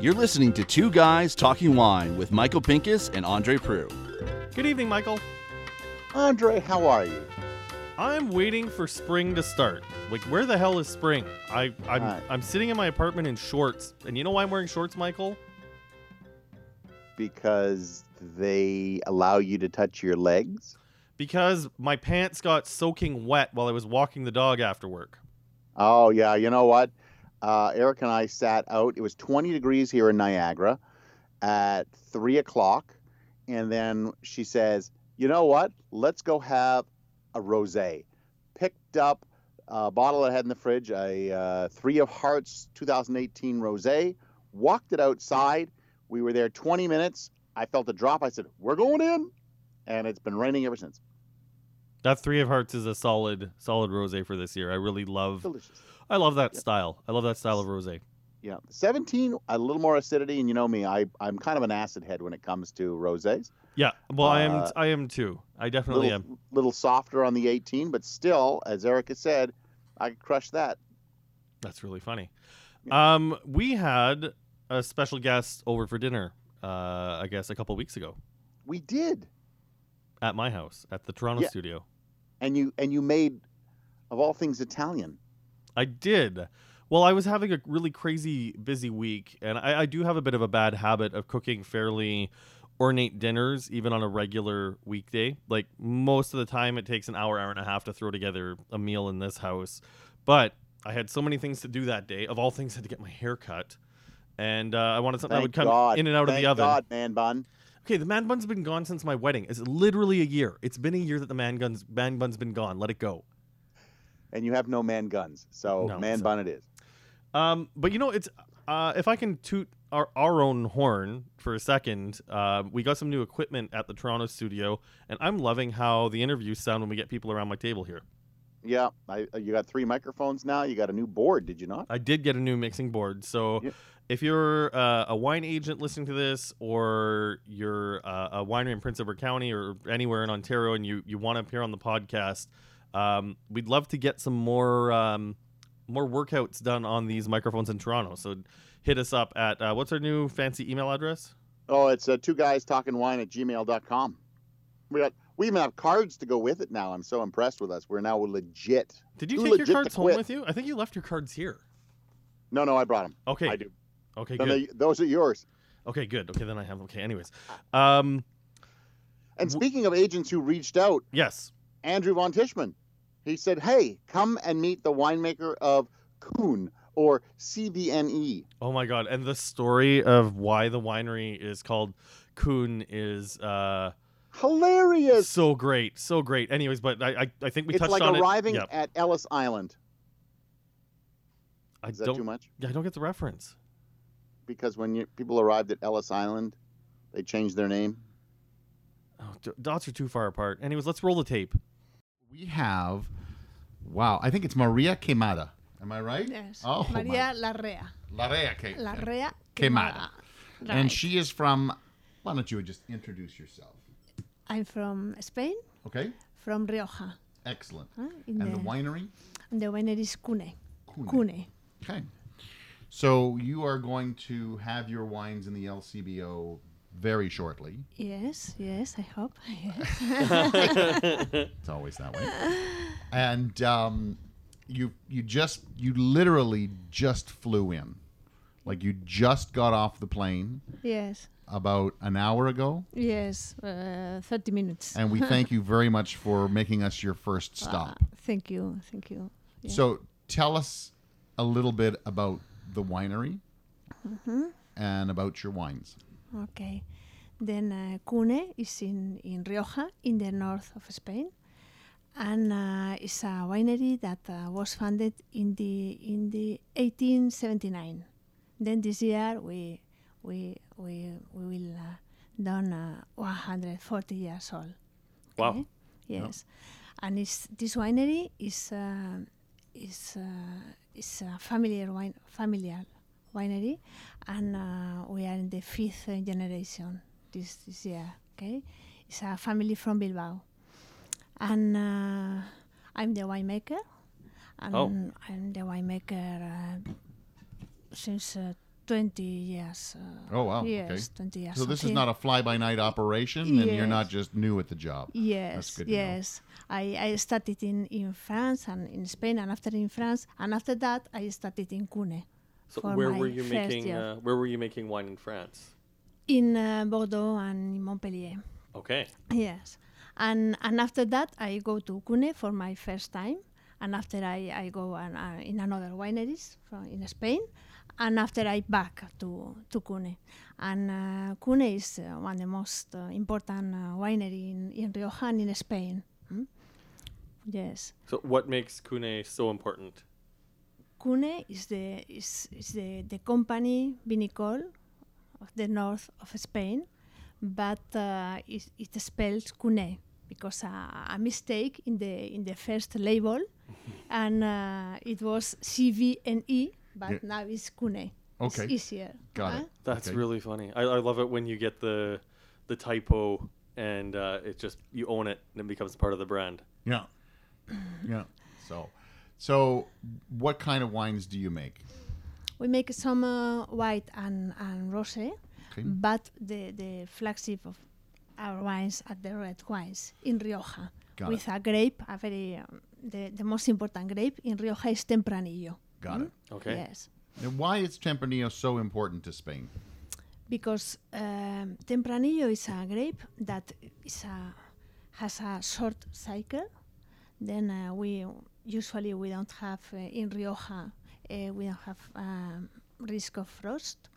You're listening to Two Guys Talking Wine with Michael Pincus and Andre Prue. Good evening, Michael. Andre, how are you? I'm waiting for spring to start. Like, where the hell is spring? I, I'm, Hi. I'm sitting in my apartment in shorts, and you know why I'm wearing shorts, Michael? Because they allow you to touch your legs. Because my pants got soaking wet while I was walking the dog after work. Oh yeah, you know what? Uh, Eric and I sat out. It was 20 degrees here in Niagara at three o'clock, and then she says, "You know what? Let's go have a rosé." Picked up a bottle I had in the fridge, a uh, Three of Hearts 2018 rosé. Walked it outside. We were there 20 minutes. I felt a drop. I said, "We're going in," and it's been raining ever since. That three of hearts is a solid, solid rosé for this year. I really love, Delicious. I love that Yep. style. I love that style of rosé. Yeah, 17, a little more acidity, and you know me, I, I'm kind of an acid head when it comes to rosés. Yeah, well, I am, Uh, I am too. I little, definitely am. little softer on the 18, but still, as Erica said, I could crush that. That's really funny. Um, we had a special guest over for dinner. Uh, I guess a couple weeks ago We did, at my house at the Toronto Yeah. studio. and you and you made, of all things, Italian. I did. Well, I was having a really crazy busy week, and I, I do have a bit of a bad habit of cooking fairly ornate dinners, even on a regular weekday. Like most of the time, it takes an hour, hour and a half to throw together a meal in this house. But I had so many things to do that day. Of all things, I had to get my hair cut, and uh, I wanted something that Thank would come God. in and out Thank of the oven. God, man bun. Okay, the man bun's been gone since my wedding. It's literally a year. It's been a year that the man guns man bun's been gone. Let it go. And you have no man guns, so No, man so- bun it is. Um, but you know, it's uh, if I can toot our, our own horn for a second, uh, we got some new equipment at the Toronto studio, and I'm loving how the interviews sound when we get people around my table here. Yeah, I, you got three microphones now. You got a new board, did you not? I did get a new mixing board, so Yeah. if you're uh, a wine agent listening to this, or you're uh, a winery in Prince Edward County or anywhere in Ontario, and you you want to appear on the podcast, um, we'd love to get some more um, more workouts done on these microphones in Toronto. So hit us up at uh, what's our new fancy email address? Oh, it's uh, two guys talking wine at gmail.com. We got we even have cards to go with it now. I'm so impressed with us. We're now legit. Did you Too take your legit to cards home quit. with you? I think you left your cards here. No, no, I brought them. Okay. I do. Okay. No, Good. no, you- those are yours. Okay. Good. Okay. Then I have. Okay. Anyways. Um. W- And speaking of agents who reached out, Yes. Andrew von Tishman, he said, "Hey, come and meet the winemaker of Kuhn or CVNE." Oh my god! And the story of why the winery is called Kuhn is uh, Hilarious. so great, so great. Anyways, but I I, I think we it's touched like on arriving it. Yeah, at Ellis Island. I Is that don't. too much? yeah, I don't get the reference. Because when you, people arrived at Ellis Island, they changed their name. Oh, d- dots are too far apart. Anyways, let's roll the tape. We have, wow, I think it's Maria Quemada. Am I right? Yes. Oh, my- Maria Larrea. Larea. Que- Larrea Quemada. Quemada. And Right. she is from, why don't you just introduce yourself? I'm from Spain, Okay? from Rioja. Excellent. huh? In And the the, winery? in the winery is Cune. Cune. Cune. Okay. So you are going to have your wines in the LCBO very shortly. Yes, yes, I hope. Yes. It's always that way. And um, you you just you literally just flew in, like you just got off the plane yes, about an hour ago. yes. Uh, 30 minutes. Uh, and we thank you very much for making us your first stop. Thank you, thank you. Yeah. So tell us a little bit about the winery Mm-hmm. and about your wines. Okay. Then uh, Cune is in, in Rioja, in the north of Spain. And uh, it's a winery that uh, was founded in the in the 1879. Then this year we we we, we will uh, done uh, 140 years old. Wow. Okay? Yes, and it's, this winery is uh, is uh, is a familiar wine familiar winery, and uh, we are in the fifth uh, generation this this year. Okay, it's a family from Bilbao, and uh, I'm the winemaker. and Oh. I'm the winemaker uh, since uh, 20 years. Uh, Oh, wow. Okay. Yes, 20 years. So this is something. not a fly-by-night operation, and you're Yes. not just new at the job. Yes, good to know. yes. I, I started in, in France and in Spain, and after in France, and after that I started in Cune. So for where my were you first making year. uh, where were you making wine in France? in uh, Bordeaux and in Montpellier. Okay. Yes, and and after that I go to Cune for my first time, and after I, I go and, uh, in another wineries from in Spain, and after I back to to Cune, and uh, Cune is uh, one of the most uh, important uh, winery in in Rioja and in Spain. Mm? Yes. So what makes Cune so important? Cune is the is, is the, the company vinicol of the north of Spain, but uh, it, it spells Cune because uh, a, a mistake in the in the first label, and uh, it was C V N E, but Yeah. now it's Cune. Okay. it's easier. Uh-huh. Got huh? it. That's Okay. really funny. I, I love it when you get the the typo and uh, it just you own it and it becomes part of the brand. Yeah. Yeah. So, so what kind of wines do you make? We make some uh, white and, and rosé, Okay. but the, the flagship of our wines are the red wines in Rioja Got with a grape, a very um, the, the most important grape in Rioja is Tempranillo. Got it. Okay. Yes, And why is Tempranillo so important to Spain? because um, Tempranillo is a grape that is a has a short cycle. Then uh, we usually we don't have uh, in Rioja uh, we don't have um, risk of frost,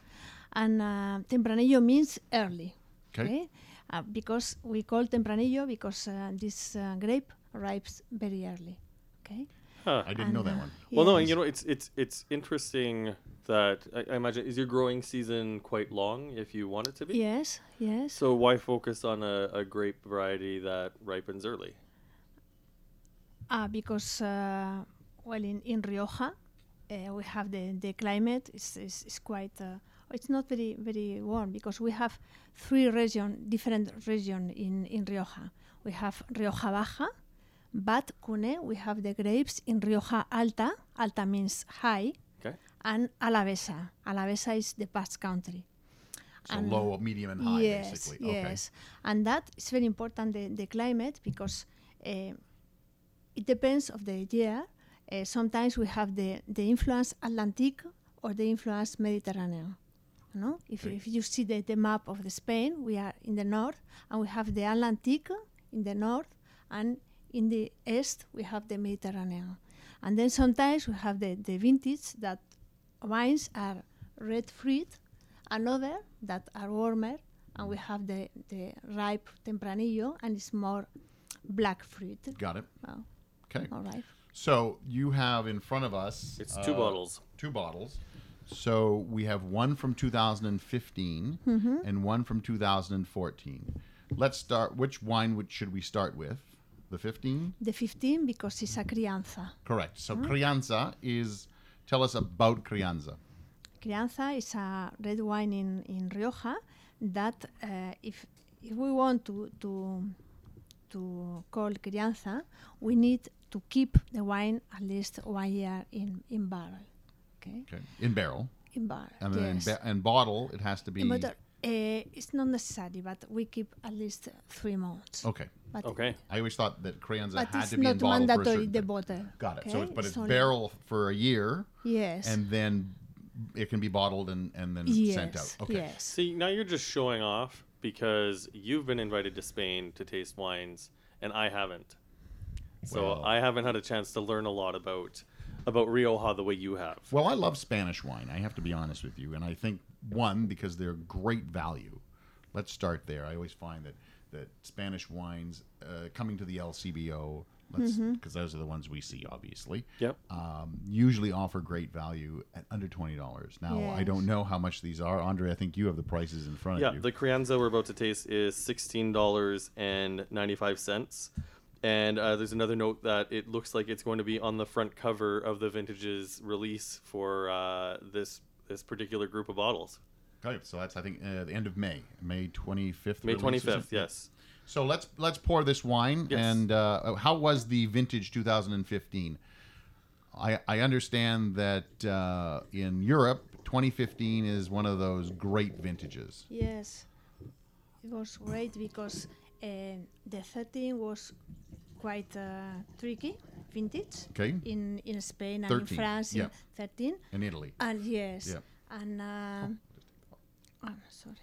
and uh, Tempranillo means early. Okay. okay? Uh, because we call Tempranillo because uh, this uh, grape ripes very early. Okay. Huh. I didn't know And, that uh, one. Well, no, yes. and you know it's it's it's interesting that I, I imagine is your growing season quite long if you want it to be. Yes, yes. So why focus on a, a grape variety that ripens early? Ah, because uh, well, in, in Rioja, uh, we have the, the climate is is, is quite. Uh, it's not very very warm because we have three region different region in in Rioja. We have Rioja Baja, but Cune we have the grapes in Rioja Alta. Alta means high. Okay. And Alavesa. Alavesa is the Basque country. So and- low, medium, and high, yes, basically. Yes, and that is very important the, the climate because eh, it depends of the year. Eh, sometimes we have the, the influence Atlantic or the influence Mediterranean. No? If, Okay. if you see the, the map of the Spain, we are in the north and we have the Atlantic in the north and in the east we have the Mediterranean. And then sometimes we have the, the vintage that wines are red fruit, another that are warmer, and we have the, the ripe tempranillo and it's more black fruit. Okay. Got it. Oh, Okay. all right. So you have in front of us. uh, It's two bottles. Two bottles. So we have one from 2015 Mm-hmm. and one from 2014. Let's start. Which wine would, should we start with? The 15? The 15 because it's a crianza. Correct. So Mm-hmm. Crianza is. Tell us about Crianza. Crianza is a red wine in, in Rioja that uh, if, if we want to, to, to call Crianza, we need to keep the wine at least one year in, in barrel. Okay, Okay. In barrel. in barrel. And then yes. in, ba- and bottle, it has to be. In bottle, eh, it's not necessary, but we keep at least three months. Okay. But, Okay. I always thought that Crianza but had it's to be in not bottle. for a mandatory certain the time. bottle. Got it. So, okay? it, but it's only- barrel for a year, Yes. and then it can be bottled and, and then yes. sent out. Okay. Yes. See, now you're just showing off because you've been invited to Spain to taste wines, and I haven't. So Well- I haven't had a chance to learn a lot about about Rioja the way you have. Well, I love Spanish wine. I have to be honest with you, and I think one because they're great value. Let's start there. I always find that that Spanish wines uh, coming to the LCBO, because Mm-hmm. those are the ones we see, obviously. Yep. Um, usually offer great value at under twenty dollars. Now I Yes. don't know how much these are, Andre. I think you have the prices in front Yeah, of you. the Crianza we're about to taste is sixteen dollars and ninety five cents, and uh, there's another note that it looks like it's going to be on the front cover of the vintage's release for uh, this this particular group of bottles, Okay, so that's I think uh, the end of May, May twenty fifth. May twenty fifth. Yes. So let's let's pour this wine. uh, Yes. And uh, how was the vintage 2015? I, I understand that uh, in Europe, 2015 is one of those great vintages. Yes, it was great because uh, the 13 was quite uh, tricky vintage Okay. in, in Spain and 13, in France yeah. in 13. In Italy. And Ah, yes, Yeah. and um, I'm sorry.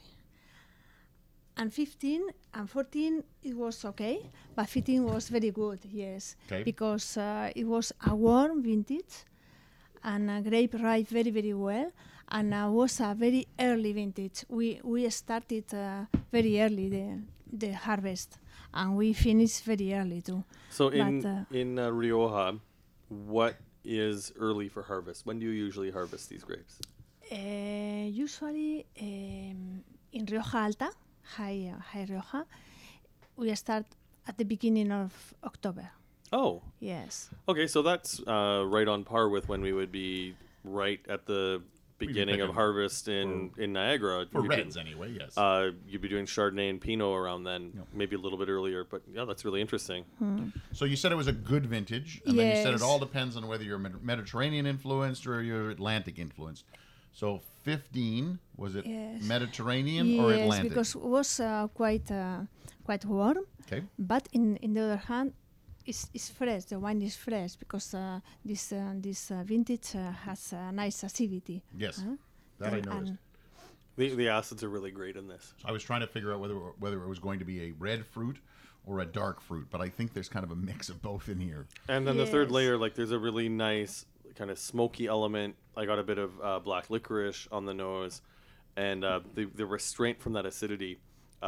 And 15 and 14, it was okay, but 15 was very good, yes, 'Kay. because uh, it was a warm vintage, and a grape ripe very very well, and uh, was a very early vintage. We we started uh, very early the the harvest, and we finished very early too. So But, in uh, in uh, Rioja, what is early for harvest? When do you usually harvest these grapes? Uh, usually um, in Rioja Alta, high, uh, high Rioja, we start at the beginning of October. Oh, Yes. okay. So that's uh, right on par with when we would be right at the beginning of picking harvest in in Niagara For You'd be- reds, anyway, yes. Uh, you'd be doing Chardonnay and Pinot around then, Yeah. maybe a little bit earlier. But yeah, that's really interesting. so you said it was a good vintage, and then you said it Yes. all depends on whether you're Med- Mediterranean influenced or you're Atlantic influenced. So 15, was it Yes. Mediterranean yes, or Atlantic? because it was uh, quite uh, quite warm, okay. but in, in the other hand, it's, it's fresh. The wine is fresh because uh, this uh, this uh, vintage uh, has a nice acidity. Uh-huh. Yes. Huh? um, That I And- noticed. and- The the acids are really great in this. So I was trying to figure out whether whether it was going to be a red fruit or a dark fruit, but I think there's kind of a mix of both in here. And then the third Yes. layer, like there's a really nice kind of smoky element. I got a bit of uh, black licorice on the nose, and uh, the the restraint from that acidity.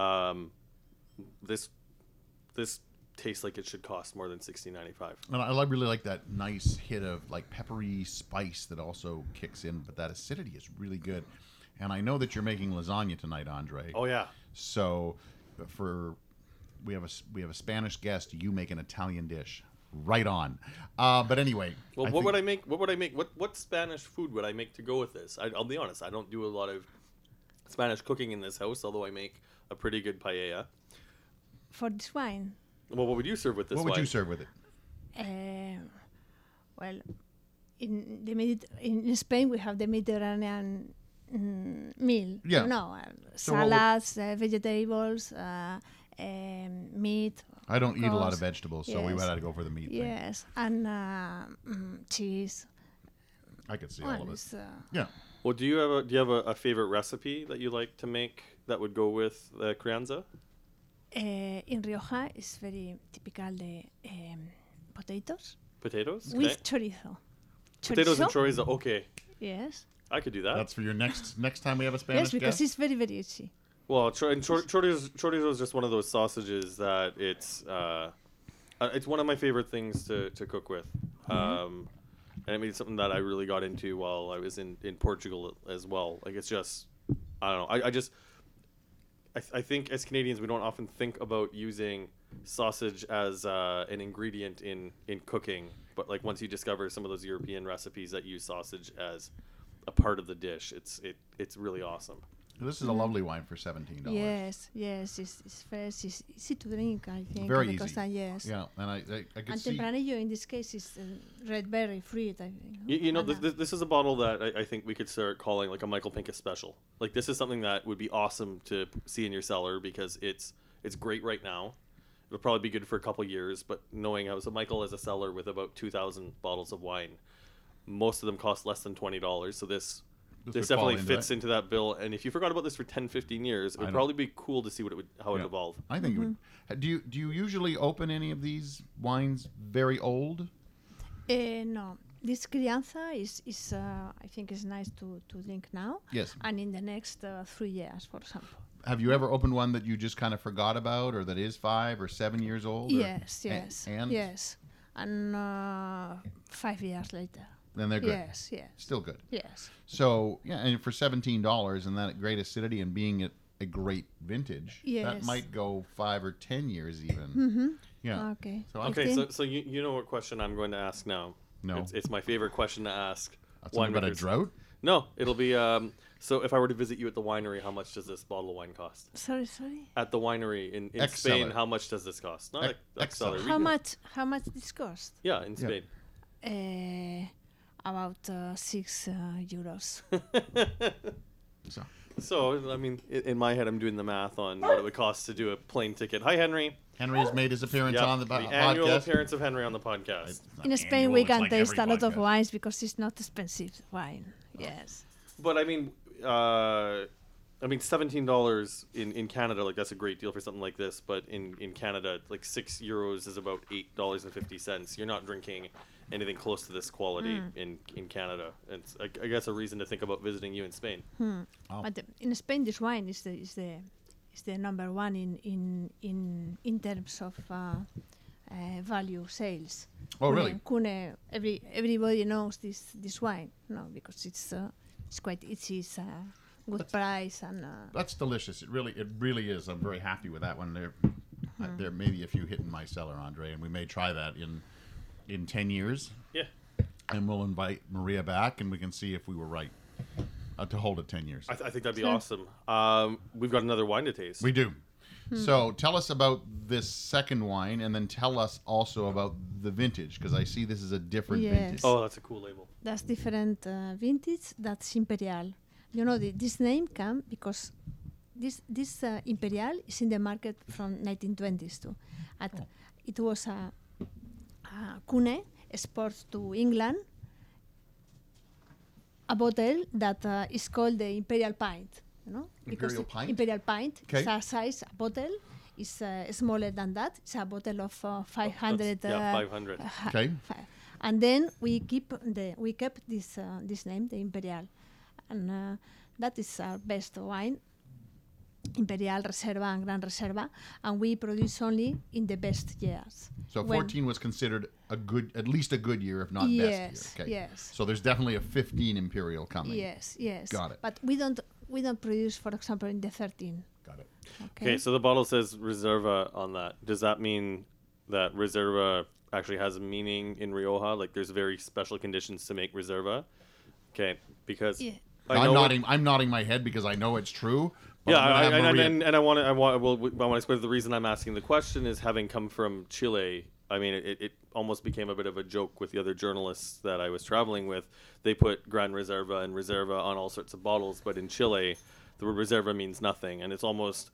Um, this this tastes like it should cost more than sixteen ninety five. And I li- really like that nice hit of like peppery spice that also kicks in, but that acidity is really good. And I know that you're making lasagna tonight, Andre. Oh yeah, So for we have a s- we have a Spanish guest. You make an Italian dish. Right on. Uh, but anyway, Well, what would I make? What would I make? What what Spanish food would I make to go with this? I, I'll be honest, I don't do a lot of Spanish cooking in this house, although I make a pretty good paella. for this wine, Well, what would you serve with this? What would you wine? serve with it? Uh, well, in the Medi- in Spain we have the Mediterranean mm, meal. Yeah. No, uh, So what would- salads, uh, vegetables, uh, um, meat. I don't eat a lot of Because- vegetables, so we yes. would have to go for the meat thing. Yes, and uh, mm, cheese. I could see all Well, of it. it's, uh, Yeah. Well, do you have a do you have a, a favorite recipe that you like to make that would go with the crianza? uh, in Rioja, it's very typical the um, potatoes Potatoes. Okay. with chorizo. Potatoes and chorizo. Okay, Yes. I could do that. That's for your next next time we have a Spanish Oh. Yes, because guest. it's very very easy. well, chor- and chor- chorizo, chorizo is just one of those sausages that it's uh, uh, it's one of my favorite things to, to cook with. Um, and I mean, it's something that I really got into while I was in, in Portugal as well. Like, it's just, I don't know. I, I just, I, th- I think as Canadians, we don't often think about using sausage as uh, an ingredient in, in cooking. But, like, once you discover some of those European recipes that use sausage as a part of the dish, it's, it, it's really awesome. This is a lovely wine for seventeen dollars. Mm-hmm. Yes, yes, it's, it's fresh, it's easy to drink, I think. Very because easy. uh, yes. Yeah, and I, I, I could And see. Tempranillo in this case is uh, red berry fruit, I think. You, you know, And, this, uh, this, this is a bottle that I, I think we could start calling like a Michael Pincus special. Like this is something that would be awesome to p- see in your cellar because it's it's great right now. It'll probably be good for a couple years, but knowing how so Michael is a seller with about two thousand bottles of wine, most of them cost less than twenty dollars. So this This this, would fall definitely into fits that. into that bill. And if you forgot about this for 10, 15 years, it I would know. probably be cool to see what it would how it Yeah. would evolve. I think it Mm-hmm. would. Do you do you usually open any of these wines very old? eh, no, this crianza is, is uh, I think, is nice to, to drink now. Yes. And in the next uh, three years, for example. Have you ever opened one that you just kind of forgot about, or that is five or seven years old? or- Yes, a- yes. and yes. And uh, five years later. then they're good. Yes, yes, Still good. yes. So yeah, and for seventeen dollars and that great acidity and being at a great vintage, that Yes. Mm-hmm. might go five or ten years even. Yeah. Okay. So I'm Okay, Fifteen. so, so you, you know what question I'm going to ask now. No. It's, it's my favorite question to ask. something about a winemakers. drought. No, it'll be um. So if I were to visit you at the winery, how much does this bottle of wine cost? Sorry, sorry. At the winery in, in Ex Spain, cellar. how much does this cost? Not Ex- like ex cellar. ex cellar. we How can- much, how much this cost? Yeah, in Spain. Eh, about uh, six uh, euros. So So I mean, i- in my head, I'm doing the math on what it would cost to do a plane ticket. Hi, Henry. Henry has made his appearance Yep, on the, po- annual podcast. appearance of Henry on the podcast. It's not In Spain, annual, we it's can like taste every a lot of podcast. wines because it's not expensive wine. Yes. But I mean, uh, I mean, seventeen dollars in in Canada, like that's a great deal for something like this. But in in Canada, like six euros is about eight dollars and fifty cents. You're not drinking anything close to this quality in in Canada. It's I, I guess a reason to think about visiting you in Spain. Oh. But uh, in Spain, this wine is the is the is the number one in in in in terms of uh, uh, value sales. Oh, Cune- really? Cune, every everybody knows this this wine, no, because it's uh, it's quite easy, it's a good price, and uh, That's delicious. It really, it really is. I'm very happy with that one. There, uh, Uh-huh. there may be a few hidden in my cellar, Andre, and we may try that in in ten years, Yeah. and we'll invite Maria back, and we can see if we were right uh, to hold it ten years. I, th- I think that'd be awesome. Um, we've got another wine to taste. we do. Hmm. So tell us about this second wine, and then tell us also about the vintage, because I see this is a different Yes. vintage. oh, that's a cool label. that's different uh, vintage. That's imperial. You know, the, this name came because this this uh, imperial is in the market from 1920s too. At Oh. it was a, a Cune exports to England a bottle that uh, is called the imperial pint. You know, Imperial the pint? Imperial pint. Okay. It's a size a bottle. It's uh, smaller than that. It's a bottle of Oh, uh, 500. yeah, uh, 500. ha- Okay. fi- and then we keep the we kept this uh, this name the imperial and uh, that is our best wine imperial reserva and grand reserva and we produce only in the best years So When- 14 was considered a good, at least a good year, if not Yes, best year. Okay. yes. So there's definitely a 15 imperial coming. yes yes Got it. but we don't we don't produce for example in the 13 Got it. okay, Okay, so the bottle says Reserva on that. Does that mean that Reserva actually has meaning in Rioja? Like there's very special conditions to make Reserva? Okay, because Yeah. I am know what- nodding. I'm nodding my head because I know it's true. but yeah, I'm gonna I, have I- and, Maria- and, and I want to. I want. Well, I want to explain the reason I'm asking the question is having come from Chile. I mean, it, it almost became a bit of a joke with the other journalists that I was traveling with. They put Gran Reserva and Reserva on all sorts of bottles, but in Chile, the word Reserva means nothing, and it's almost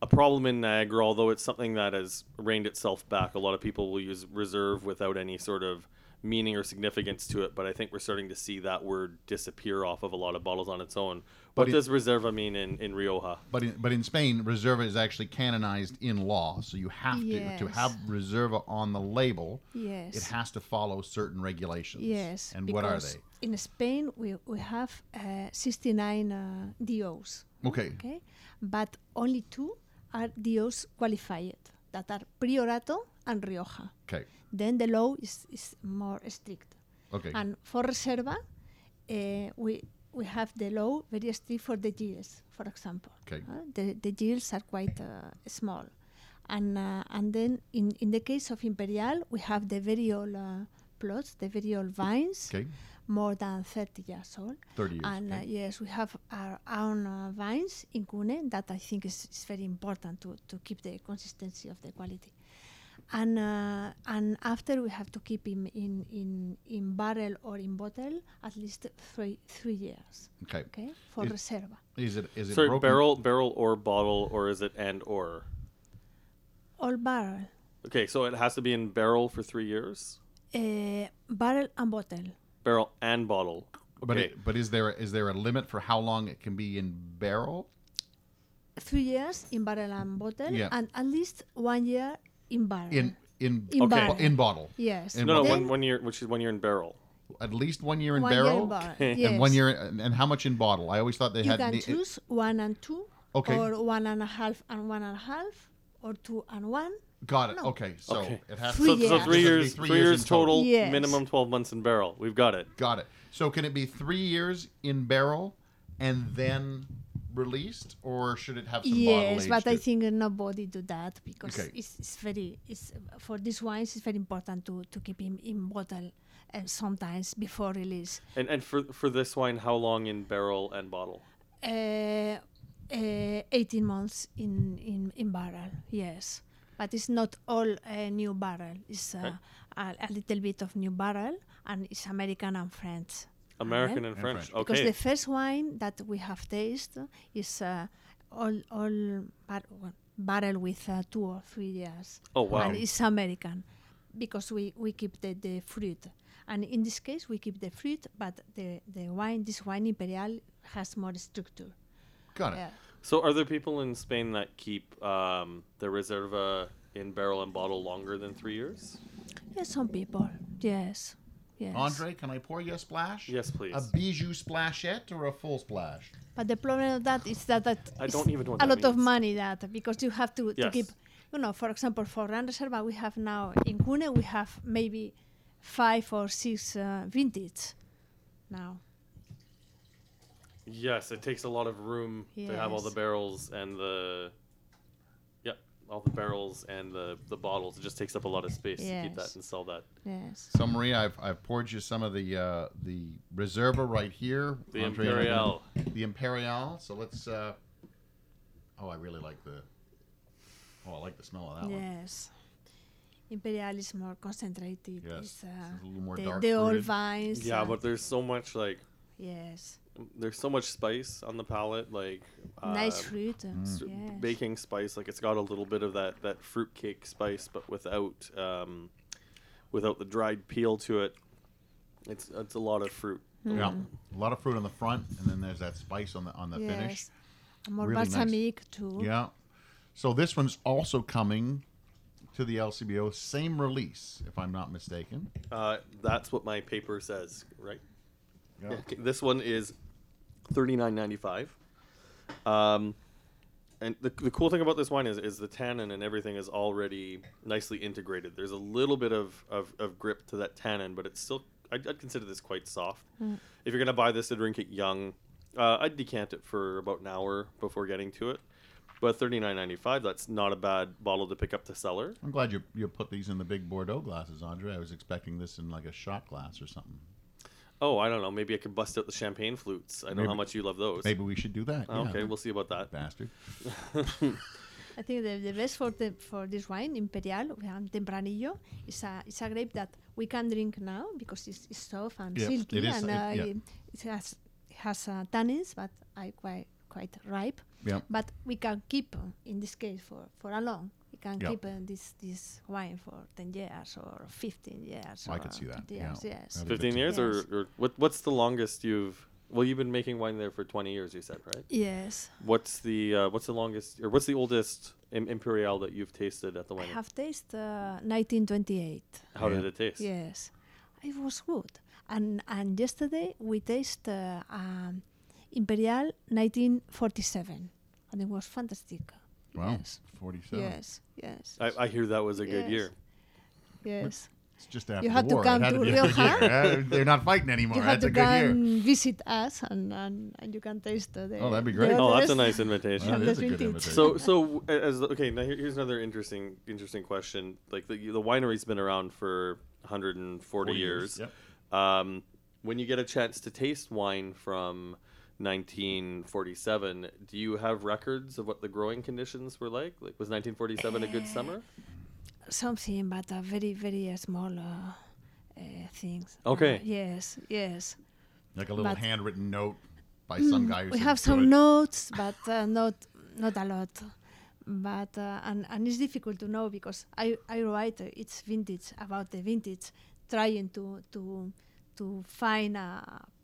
a problem in Niagara. Although it's something that has reined itself back. A lot of people will use reserve without any sort of meaning or significance to it, but I think we're starting to see that word disappear off of a lot of bottles on its own. What it- does Reserva mean in, in Rioja? but in, but in Spain, reserva is actually canonized in law, so you have to to Yes. have reserva on the label. yes It has to follow certain regulations. yes And what are because they? in spain we, we have uh, 69 uh, dos Okay. okay but only two are DOs qualified that are Priorato and Rioja Okay. then the law is, is more strict Okay. and for reserva uh, we we have the law very strict for the yields for example Okay. Uh, the, the yields are quite uh, small and uh, and then in, in the case of imperial we have the very old uh, plots the very old vines okay. more than 30 years old 30 years, and uh, okay. yes, we have our own uh, vines in Cune that I think is, is very important to, to keep the consistency of the quality. And uh, and after we have to keep him in, in in barrel or in bottle at least three three years, Okay. okay, for Is- reserva Is it is it Sorry, broken? barrel, barrel or bottle, or is it and or? all barrel, Okay, so it has to be in barrel for three years. uh, barrel and bottle. Barrel and bottle. But Okay, it, but is there is there a limit for how long it can be in barrel? Three years in barrel and bottle, Yeah. and at least one year in barrel. In in In okay. barrel. in bottle. yes, in no, no, Then one, one year, which is one year in barrel. At least one year in one barrel. year in barrel. And one yes. year, and and how much in bottle? I always thought they you had. can the- choose one and two Okay. or one and a half and one and a half or two and one Got it. Okay, so Okay. it has So, to Three so three It has years. to be years, three, years, in total, Yes. minimum twelve months in barrel. We've got it. Got it. So can it be three years in barrel and then released, or should it have some bottle yes age but to i it? think nobody do that because Okay. it's, it's very it's for these wines it's very important to to keep him in bottle and sometimes before release And and for for this wine, how long in barrel and bottle? uh, uh, 18 months in, in, in barrel, yes. But it's not all uh, new barrel. It's uh, a, a little bit of new barrel, and it's American and French. American Yeah. and And French. French. Because Okay. the first wine that we have tasted is uh, all all bar- well, barrel with uh, two or three years, oh wow. and it's American, because we we keep the, the fruit, and in this case we keep the fruit, but the the wine this wine imperial has more structure. Got it. Yeah. So are there people in Spain that keep um, the reserva in barrel and bottle longer than three years? Yeah, some people. Yes. Yes. Andre, can I pour you a splash? Yes, please. A bijou splashette or a full splash? But the problem of that is that, that I it's don't even know what a that lot of means. money that because you have to, to Yes. keep, you know, for example, for Grand Reserva we have now in Pune we have maybe five or six uh, vintage now. Yes, it takes a lot of room to have all the Yes. barrels and the yep, all the barrels and the the bottles. It just takes up a lot of space to keep that Yes. and sell that. Yes. So Maria, I've, I've poured you some of the uh, the Reserva right here. The Andre, I'm Imperial. gonna- The Imperial. So let's. Uh, oh, I really like the. Oh, I like the smell of that one. Yes. Imperial is more concentrated. Yes. It's, uh, It's a little more the, dark the old fruited. vines. Yeah, uh, but there's so much like yes. there's so much spice on the palate, like nice um, fruit. uh, Mm. s- Yes. baking spice. Like it's got a little bit of that that fruitcake spice, but without um, without the dried peel to it. It's it's a lot of fruit. Yeah, Mm. a lot of fruit on the front, and then there's that spice on the on the finish. yes. More Really nice. balsamic too. Yeah. So this one's also coming to the LCBO, same release, if I'm not mistaken. Uh, that's what my paper says, right? Yeah. Okay, this one is thirty nine ninety five. Um, and the, the cool thing about this wine is is the tannin and everything is already nicely integrated. There's a little bit of, of, of grip to that tannin, but it's still I'd, I'd consider this quite soft. If you're gonna buy this to drink it young, uh, I'd decant it for about an hour before getting to it. But thirty nine ninety five, that's not a bad bottle to pick up to cellar. I'm glad you you put these in the big Bordeaux glasses, Andre. I was expecting this in like a shot glass or something. Oh, I don't know. Maybe I could bust out the champagne flutes. I know how Maybe- much you love those. Oh, Maybe we should do that. yeah. Okay, we'll see about that. bastard. I think the, the best for the for this wine Imperial we have Tempranillo is a it's a grape that we can drink now because it's, it's soft and Yeah, silky it is, and it- uh, yeah. it, it has it has uh, tannins but are quite quite ripe. Yeah. But we can keep uh, in this case for for a long. We can Yeah. keep uh, this this wine for ten years or fifteen years. Oh, I or could see that, 20 yeah. Years, yes. That'd be- 15 years or, Yes. or what what's the longest you've well you've been making wine there for 20 years you said right Yes. what's the uh, what's the longest or what's the oldest Im- imperial that you've tasted at the I winery have tasted uh, 1928. how did Yeah. it taste Yes, it was good. And and yesterday we tasted uh, um, Imperial 1947, and it was fantastic. Wow, Yes. 47. Yes, yes, Uh, I, I hear that was a good Yes. year yes. It's just after had the to war. It come to be a good Rioja. year. Uh, They're not fighting anymore. You have That's to a good year. come visit us, and, and, and you can taste uh, the. Oh, that'd be the great. oh that's a rest. nice invitation That Yeah, is a that's good vintage. so imitation. so a- as the- okay now here- here's another interesting interesting question like the, the winery's been around for 140 years, Yep. um, when you get a chance to taste wine from 1947 do you have records of what the growing conditions were like like was 1947 a Eh. good summer Something, but a very very uh, small uh, uh, things. Okay. Uh, yes, yes. Like a little But- handwritten note by some guy. Who Hmm, we said, have "Do some it." notes, but uh, not not a lot. But uh, and and it's difficult to know because I I write uh, it's vintage about the vintage, trying to to to find a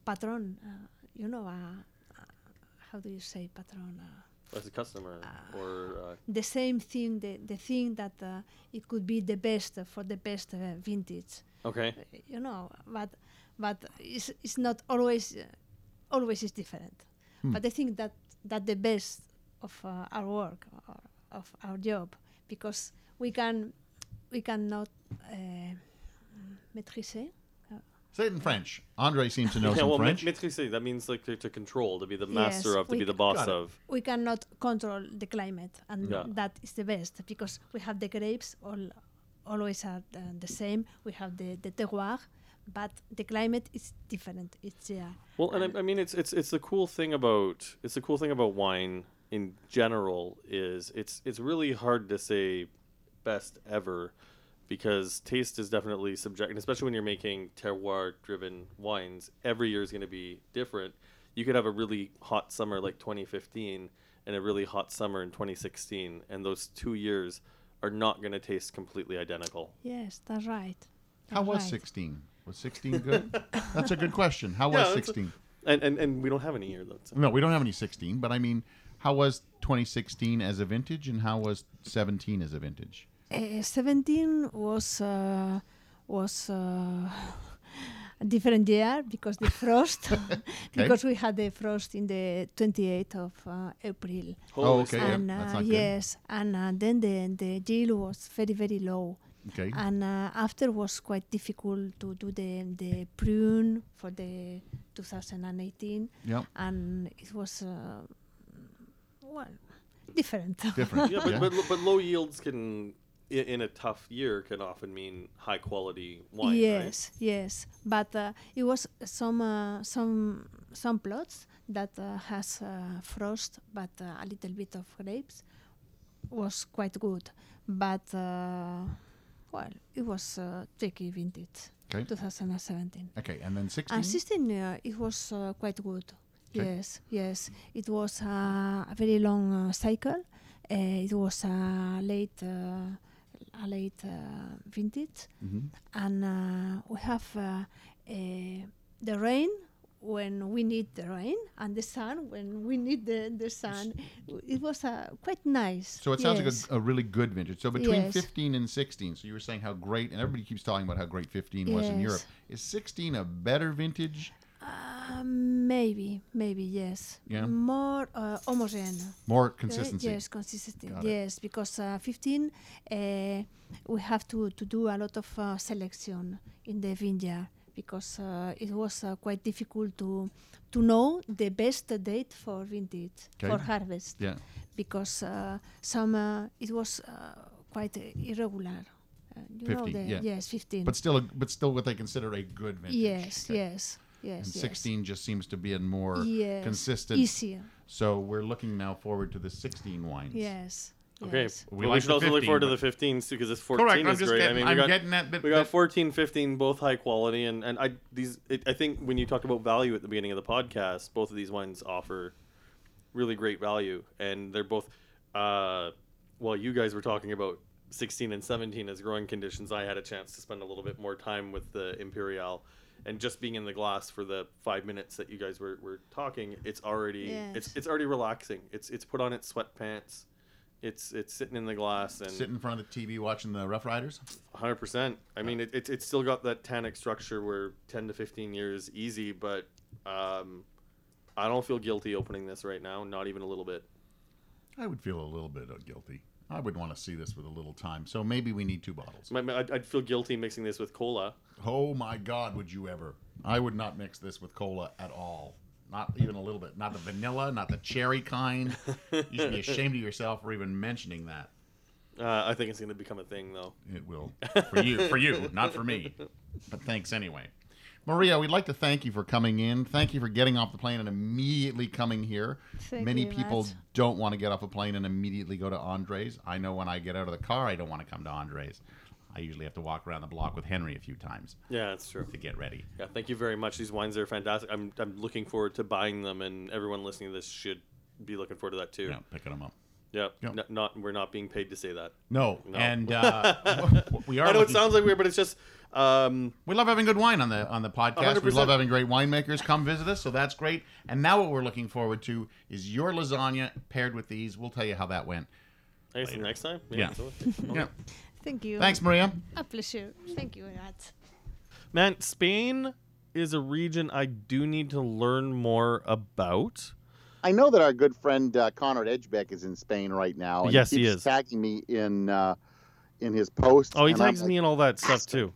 pattern. Uh, you know, a, how do you say pattern? Uh, as a customer or uh, the same thing, the the thing that uh, it could be the best for the best uh, vintage uh, okay you know but but it's, it's not always uh, always is different but i think that that the best of uh, our work or of our job because we can we cannot uh, eh? maîtriser Say it in French. Andre seems to know yeah some well ma- French. maîtriser that means like to, to control to be the master Yes, of to we be the c- boss Got it. of we cannot control the climate and Yeah. that is the best because we have the grapes all always are uh, the same we have the, the terroir but the climate is different it's yeah well and I, I mean it's it's it's the cool thing about it's the cool thing about wine in general is it's it's really hard to say best ever because taste is definitely subject, and especially when you're making terroir-driven wines, every year is going to be different. You could have a really hot summer like 2015 and a really hot summer in 2016, and those two years are not going to taste completely identical. Yes, that's right. How That's was right. 16? Was 16 good? That's a good question. How Yeah, was that's a- 16? And and, and we don't have any here though. so- No, we don't have any 16, but I mean, how was 2016 as a vintage and how was 17 as a vintage? Uh, 17 was uh, was uh, a different year because the frost because we had the frost in the 28th of uh, April oh, Holy okay. smokes. yeah, and that's uh, not good. yes and uh, then the the yield was very very low Okay. and uh, after was quite difficult to do the the prune for the 2018 Yep. and it was uh, well different Different. yeah, but, but but low yields can i- in a tough year can often mean high quality wine. right? yes, yes, but uh, it was some uh, some some plots that uh, has uh, frost, but uh, a little bit of grapes was quite good, but uh, well, it was uh, tricky vintage, Okay. 2017. Okay, and then 16. And 16 year, it was uh, quite good. Mm-hmm. Okay. Yes, yes. It was uh, a very long uh, cycle. Uh, it was a late, uh, a late uh, vintage, Mm-hmm. and uh, we have uh, uh, the rain when we need the rain and the sun when we need the, the sun. It was uh, quite nice. So it sounds yes. like a, a really good uh vintage. So between Yes. 15 and 16, so you were saying how great, and everybody keeps talking about how great 15 was in Yes. Europe. Is 16 a better vintage? Uh, maybe, maybe yes. Yeah. More uh, homogene. More Uh, consistency. Yes, consistency. Got it. Yes, because uh, 15, uh, we have to, to do a lot of uh, selection in the vineyard because uh, it was uh, quite difficult to to know the best date for vintage Okay. for harvest Yeah. because uh, some uh, it was uh, quite irregular. Uh, you know 15, the, yeah. Yes, 15. But still, a, but still, what they consider a good vintage. yes, Okay. yes, yes, And yes. 16 just seems to be a more Yes, consistent. easier. So we're looking now forward to the 16 wines. Yes. Okay. yes. We We, well, we like should the also look 15, forward to but- the 15s too, because this 14 Correct. I'm is just great. getting, I mean, I'm we got, getting that bit. we got that- 14, 15, both high quality, and and I these it, I think when you talked about value at the beginning of the podcast, both of these wines offer really great value, and they're both. Uh, well, you guys were talking about 16 and 17 as growing conditions. I had a chance to spend a little bit more time with the Imperial. And just being in the glass for the five minutes that you guys were, were talking, it's already it's Yes. it's already relaxing. It's it's put on its sweatpants. It's it's sitting in the glass and Sit in front of the TV watching the Rough Riders. Hundred percent. I mean, it, it's it's still got that tannic structure where ten to fifteen years easy, but um, I don't feel guilty opening this right now. Not even a little bit. I would feel a little bit uh, guilty. I would want to see this with a little time. So maybe we need two bottles. My- my- I'd, I'd feel guilty mixing this with cola. Oh my God, would you ever? I would not mix this with cola at all. Not even a little bit. Not the vanilla, not the cherry kind. You should be ashamed of yourself for even mentioning that. Uh, I think it's going to become a thing though. It will. For you, for you, not for me. But thanks anyway. Maria, we'd like to thank you for coming in. Thank you for getting off the plane and immediately coming here. Thank Many you, people Matt. don't want to get off a plane and immediately go to Andre's. I know when I get out of the car, I don't want to come to Andre's. I usually have to walk around the block with Henry a few times Yeah, that's true. to get ready. Yeah, thank you very much. These wines are fantastic. I'm I'm looking forward to buying them, and everyone listening to this should be looking forward to that too. Yeah, picking them up. Yeah. Yeah. N- not we're not being paid to say that. No, No. and uh, we are. I know it looking- sounds like weird, but it's just um, We love having good wine on the on the podcast. We 100%. love having great winemakers come visit us, so that's great. And now what we're looking forward to is your lasagna paired with these. We'll tell you how that went. I guess next time. Yeah. it's over. Yeah. Thank you. Thanks, Maria. A pleasure. Thank you, Matt. Man, Spain is a region I do need to learn more about. I know that our good friend uh, Conrad Edgebeck is in Spain right now. And Yes, he keeps is. Tagging me in uh, in his posts. Oh, he and I'm tags me and all that stuff too.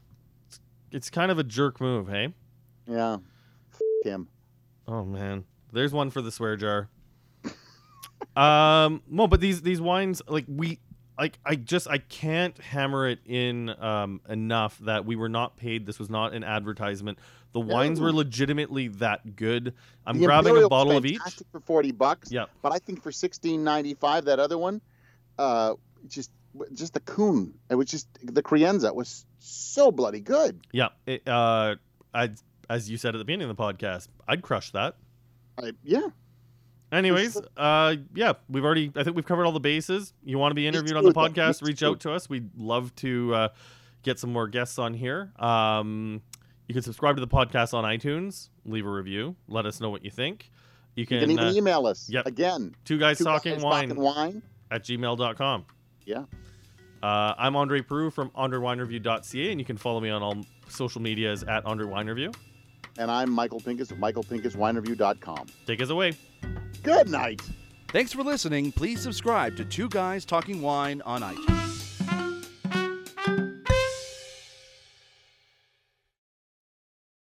It's kind of a jerk move, hey? like, Yeah, F- him. Oh man, there's one for the swear jar. um, no, but these these wines, like we, like I just I can't hammer it in um enough that we were not paid. This was not an advertisement. The wines were legitimately that good. I'm The grabbing a Imperial's bottle of each. fantastic for forty bucks. Yep. But I think for sixteen ninety five, that other one, uh, just just the Coon. It was just the Crienza was so bloody good. Yeah. It, uh, I as you said at the beginning of the podcast, I'd crush that. I, yeah, Anyways, uh, yeah, we've already. I think we've covered all the bases. You want to be interviewed on the do that. Let's podcast? Reach do out to us. We'd love to uh, get some more guests on here. Um, you can subscribe to the podcast on iTunes. Leave a review. Let us know what you think. You you can, can even uh, email us yep. again. two guys Two talking Guys wine Talking wine. at gmail.com. Yeah. Uh, I'm Andre Prue from AndreWineReview.ca, and you can follow me on all social medias at AndreWineReview. And I'm Michael Pincus of MichaelPincusWineReview.com. Take us away. Good night. Thanks for listening. Please subscribe to Two Guys Talking Wine on iTunes.